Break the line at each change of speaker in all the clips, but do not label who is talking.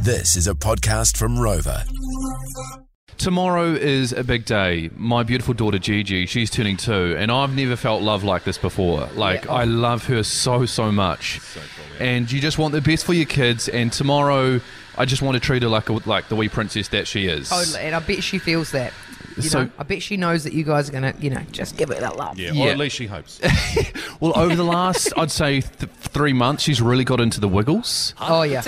This is a podcast from Rover.
Tomorrow is a big day. My beautiful daughter Gigi, she's turning two, and I've never felt love like this before. Like I love her so so much, and you just want the best for your kids. And tomorrow, I just want to treat her like a, like the wee princess that she is.
Totally, and I bet she feels that. You
So-
know, I bet she knows that you guys are gonna, you know, just give it that love.
Yeah,
Yeah.
or at least she hopes.
Well, over the last I'd say th- three months, she's really got into the Wiggles.
Oh yeah,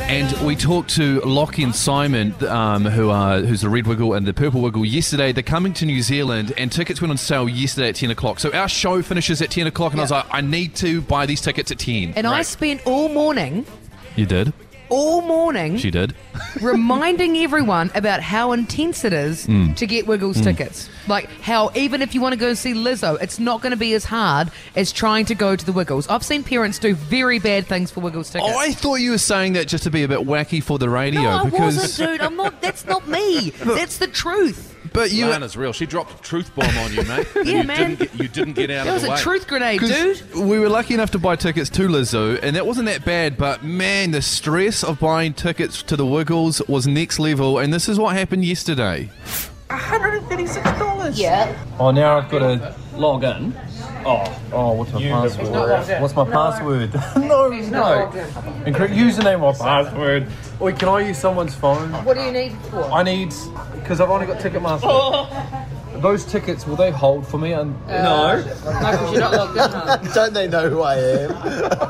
And we talked to Lockie and Simon, um, who are who's the Red Wiggle and the Purple Wiggle, yesterday. They're coming to New Zealand, and tickets went on sale yesterday at ten o'clock. So our show finishes at ten o'clock, and I was like, I need to buy these tickets at ten.
and I spent all morning,
you did,
all morning,
she did.
reminding everyone about how intense it is
Mm.
to get Wiggles tickets. Like how even if you want to go see Lizzo, it's not going to be as hard as trying to go to the Wiggles. I've seen parents do very bad things for Wiggles tickets.
Oh, I thought you were saying that just to be a bit wacky for the radio,
no, I
because
wasn't, dude. I'm not. That's not me. that's the truth.
but you.
Lana's real. She dropped a truth bomb on you, mate.
Yeah,
you
man.
Didn't get, you didn't get out
That
of
was
the
a
way.
truth grenade, dude.
'cause We were lucky enough to buy tickets to Lizzo, and that wasn't that bad. But man, the stress of buying tickets to the Wiggles was next level, and this is what happened yesterday.
$136.
Oh, now I've got to log in. Oh, oh, what's my password? What's my password? no, no. Incorrect username or password. Oi, can I use someone's phone?
What do you need for?
I need because I've only got Ticketmaster. Those tickets will they hold for me? And no.
You're not logged in.
Don't they know who I am?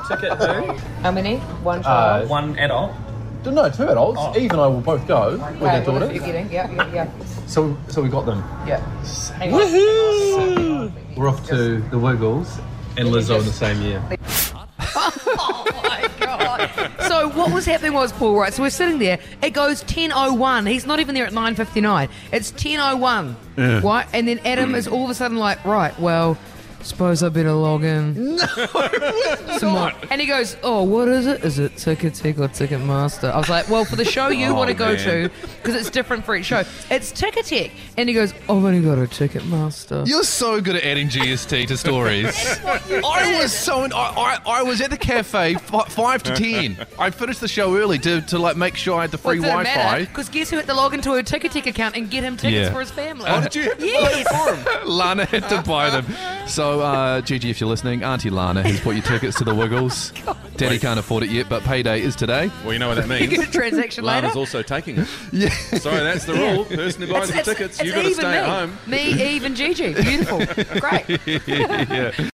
Ticket who?
How many? One
Uh,
One adult.
no, two adults. Eve and I will both go with their daughters.
Yeah, yeah, yeah.
So, so we got them. We're off to the Wiggles and Lizzo in the same year.
Oh, So what was happening was Paul, right? So we're sitting there. It goes 10:01. He's not even there at 9:59. It's 10:01, right? And then Adam is all of a sudden like, right, well, suppose I better log in. No, And he goes, oh, what is it? Is it Ticket Tick or Ticketmaster? I was like, well, for the show you
Oh,
want to go to, because it's different for each show, it's Ticket Tech. And he goes, I've only got a Ticketmaster.
You're so good at adding GST to stories. I was so in, I, I, I was at the cafe f- five to ten. I finished the show early to, to like make sure I had the free Wi-Fi.
Because guess who had to log into her Ticket Tech account and get him tickets
Yeah.
for his family?
Oh, did you have to
Yes.
Lana had to buy them. So, uh, Gigi, if you're listening, Auntie Lana has bought your tickets to the Wiggles. Daddy can't afford it yet, but payday is today.
Well, you know what that
You
means.
get a transaction later.
Lana's also taking it. Yeah. Sorry, that's the rule. Person who buys the tickets, you got to
even
stay
me.
at home.
Me, Eve, and Gigi. Beautiful. Great.